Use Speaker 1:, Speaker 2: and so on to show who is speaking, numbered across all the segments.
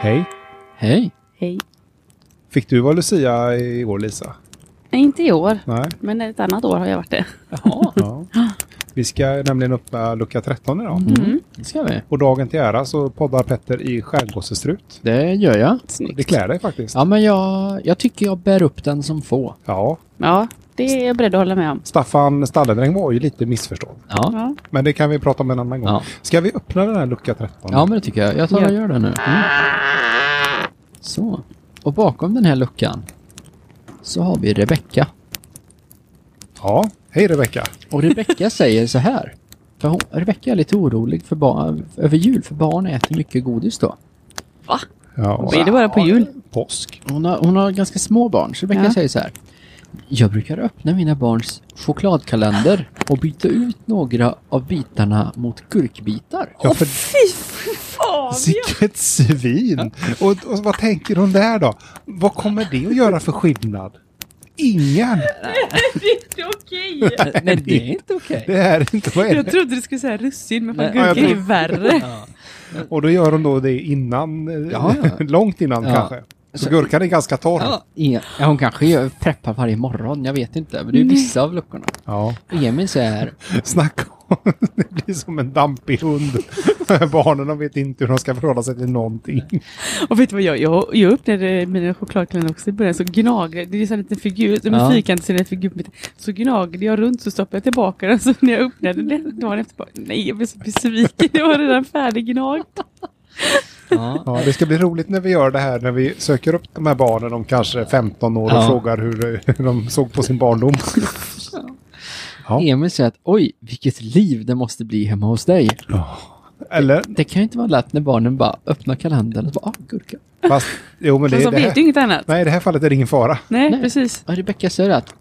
Speaker 1: Hej.
Speaker 2: Hej.
Speaker 3: Hej.
Speaker 1: Fick du vara Lucia igår Lisa?
Speaker 3: Nej, inte i år,
Speaker 1: Nej.
Speaker 3: men ett annat år har jag varit det.
Speaker 2: Jaha,
Speaker 1: Ja. Vi ska nämligen öppna lucka 13 idag.
Speaker 3: Mm.
Speaker 2: det ska vi.
Speaker 1: Och dagen till ära så poddar Petter i skärgåssestrut.
Speaker 2: Det gör jag.
Speaker 1: Det
Speaker 3: Snyggt.
Speaker 1: klär dig faktiskt.
Speaker 2: Ja, men jag, jag tycker jag bär upp den som få.
Speaker 1: Ja.
Speaker 3: Ja, det är jag beredd att hålla med om.
Speaker 1: Staffan Stalledräng var ju lite missförstådd.
Speaker 2: Ja,
Speaker 3: Ja.
Speaker 1: Men det kan vi prata om en annan gång.
Speaker 2: Ja.
Speaker 1: Ska vi öppna den här lucka 13?
Speaker 2: ja men det tycker jag. Jag tar och gör det nu. Mm. Så. Och bakom den här luckan så har vi Rebecka.
Speaker 1: ja. Hej Rebecka.
Speaker 2: Och Rebecka säger så här. För hon, Rebecka är lite orolig för barn, över jul, för barn äter mycket godis då.
Speaker 3: Va?
Speaker 1: Ja.
Speaker 3: Blir det bara på jul?
Speaker 1: Påsk.
Speaker 2: Hon har, hon har ganska små barn, så Rebecka
Speaker 3: Ja.
Speaker 2: säger så här. Jag brukar öppna mina barns chokladkalender och byta ut några av bitarna mot gurkbitar.
Speaker 1: Ja, för
Speaker 3: Fy fan!
Speaker 1: Vilket svin! Och, och vad tänker hon där då? Vad kommer det att göra för skillnad? Ingen!
Speaker 3: Det är inte okej!
Speaker 2: Nej, det är inte okej.
Speaker 1: Det är inte vad är
Speaker 3: Jag
Speaker 1: det?
Speaker 3: trodde du skulle säga russin, men fan
Speaker 2: Nej.
Speaker 3: gurka är
Speaker 1: Ja,
Speaker 3: ju värre.
Speaker 1: Och då gör hon då det innan, eh,
Speaker 2: Ja, ja.
Speaker 1: långt innan
Speaker 2: Ja.
Speaker 1: kanske. Så gurkan är ganska torr. Ja.
Speaker 2: Ja. E- Ja, hon kanske gör- preppar varje morgon, jag vet inte. Men det är vissa av luckorna. Och Emil säger,
Speaker 1: Snacka om... Det blir som en dampig hund. Barnen de vet inte hur de ska förhålla sig till någonting.
Speaker 3: Och vet du vad jag, jag, jag öppnade mina chokladkalendrar också i början så gnaglade, det är så en liten figur, som en
Speaker 2: Ja.
Speaker 3: fyrkant så är det en figur på mitten. Så gnaglade jag runt så stoppade jag tillbaka den så när jag öppnade den dagen efter bara, nej jag blev så besviken, det var redan färdiggnagt.
Speaker 2: ja,
Speaker 1: Ja, det ska bli roligt när vi gör det här när vi söker upp de här barnen om kanske 15 år och
Speaker 2: Ja.
Speaker 1: frågar hur, eh, hur de såg på sin barndom. Ja.
Speaker 2: Emil säger att oj, vilket liv det måste bli hemma hos dig.
Speaker 1: Eller
Speaker 2: Det kan ju inte vara lätt när barnen bara öppnar kalendern och bara, ah, gurka.
Speaker 1: Fast, jo men det,
Speaker 3: Men
Speaker 1: är
Speaker 3: som
Speaker 1: det här,
Speaker 3: Alltså, vet ju inget annat.
Speaker 1: Nej, i det här fallet är det ingen fara.
Speaker 3: Nej,
Speaker 2: Nej.
Speaker 3: precis.
Speaker 2: Och Rebecka säger att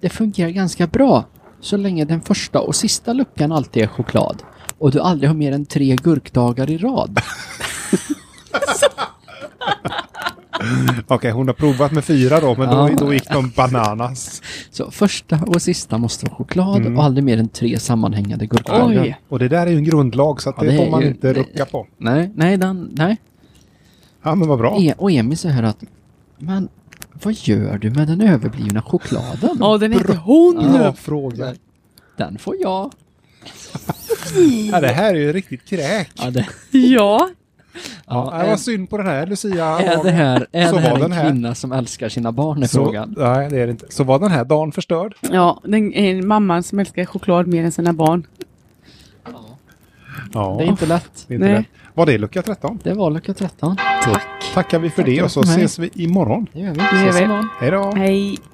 Speaker 2: det fungerar ganska bra så länge den första och sista luckan alltid är choklad och du aldrig har mer än tre gurkdagar i rad.
Speaker 1: Okej, hon har provat med fyra då, men
Speaker 2: Ja.
Speaker 1: då, då gick de bananas.
Speaker 2: Så första och sista måste vara choklad och aldrig mer än tre sammanhängande gurkdagar.
Speaker 3: Oj.
Speaker 1: Och det där är ju en grundlag, så att
Speaker 2: Ja,
Speaker 1: det,
Speaker 2: det
Speaker 1: får
Speaker 2: är
Speaker 1: man
Speaker 2: ju-
Speaker 1: inte
Speaker 2: det-
Speaker 1: rucka på.
Speaker 2: Nej, nej, den, nej.
Speaker 1: Ja, men vad bra.
Speaker 2: E och Emil säger att, men vad gör du med den överblivna chokladen?
Speaker 3: Ja, den heter hon!
Speaker 1: Bra fråga.
Speaker 2: Den får jag.
Speaker 1: Ja, det här är ju riktigt kräk.
Speaker 2: Ja, det,
Speaker 3: Ja,
Speaker 1: Ja, det var
Speaker 2: är,
Speaker 1: synd på den här Lucia.
Speaker 2: är eh, det här, är
Speaker 1: Så
Speaker 2: det
Speaker 1: var
Speaker 2: här en
Speaker 1: den här.
Speaker 2: kvinna som älskar sina barn är
Speaker 1: så,
Speaker 2: frågan.
Speaker 1: nej, det är det inte. Så var den här dagen förstörd.
Speaker 3: ja den är mamman som älskar choklad mer än sina barn.
Speaker 1: Ja,
Speaker 2: Det är inte lätt.
Speaker 1: det är inte
Speaker 3: Nej.
Speaker 1: lätt. Var det lucka 13?
Speaker 2: Det var lucka 13.
Speaker 1: Tack. Tackar vi för det och så
Speaker 2: Nej.
Speaker 1: ses vi imorgon.
Speaker 2: Det gör vi.
Speaker 3: gör
Speaker 2: Ses
Speaker 3: vi.
Speaker 2: imorgon.
Speaker 1: Hej då!
Speaker 3: Hej.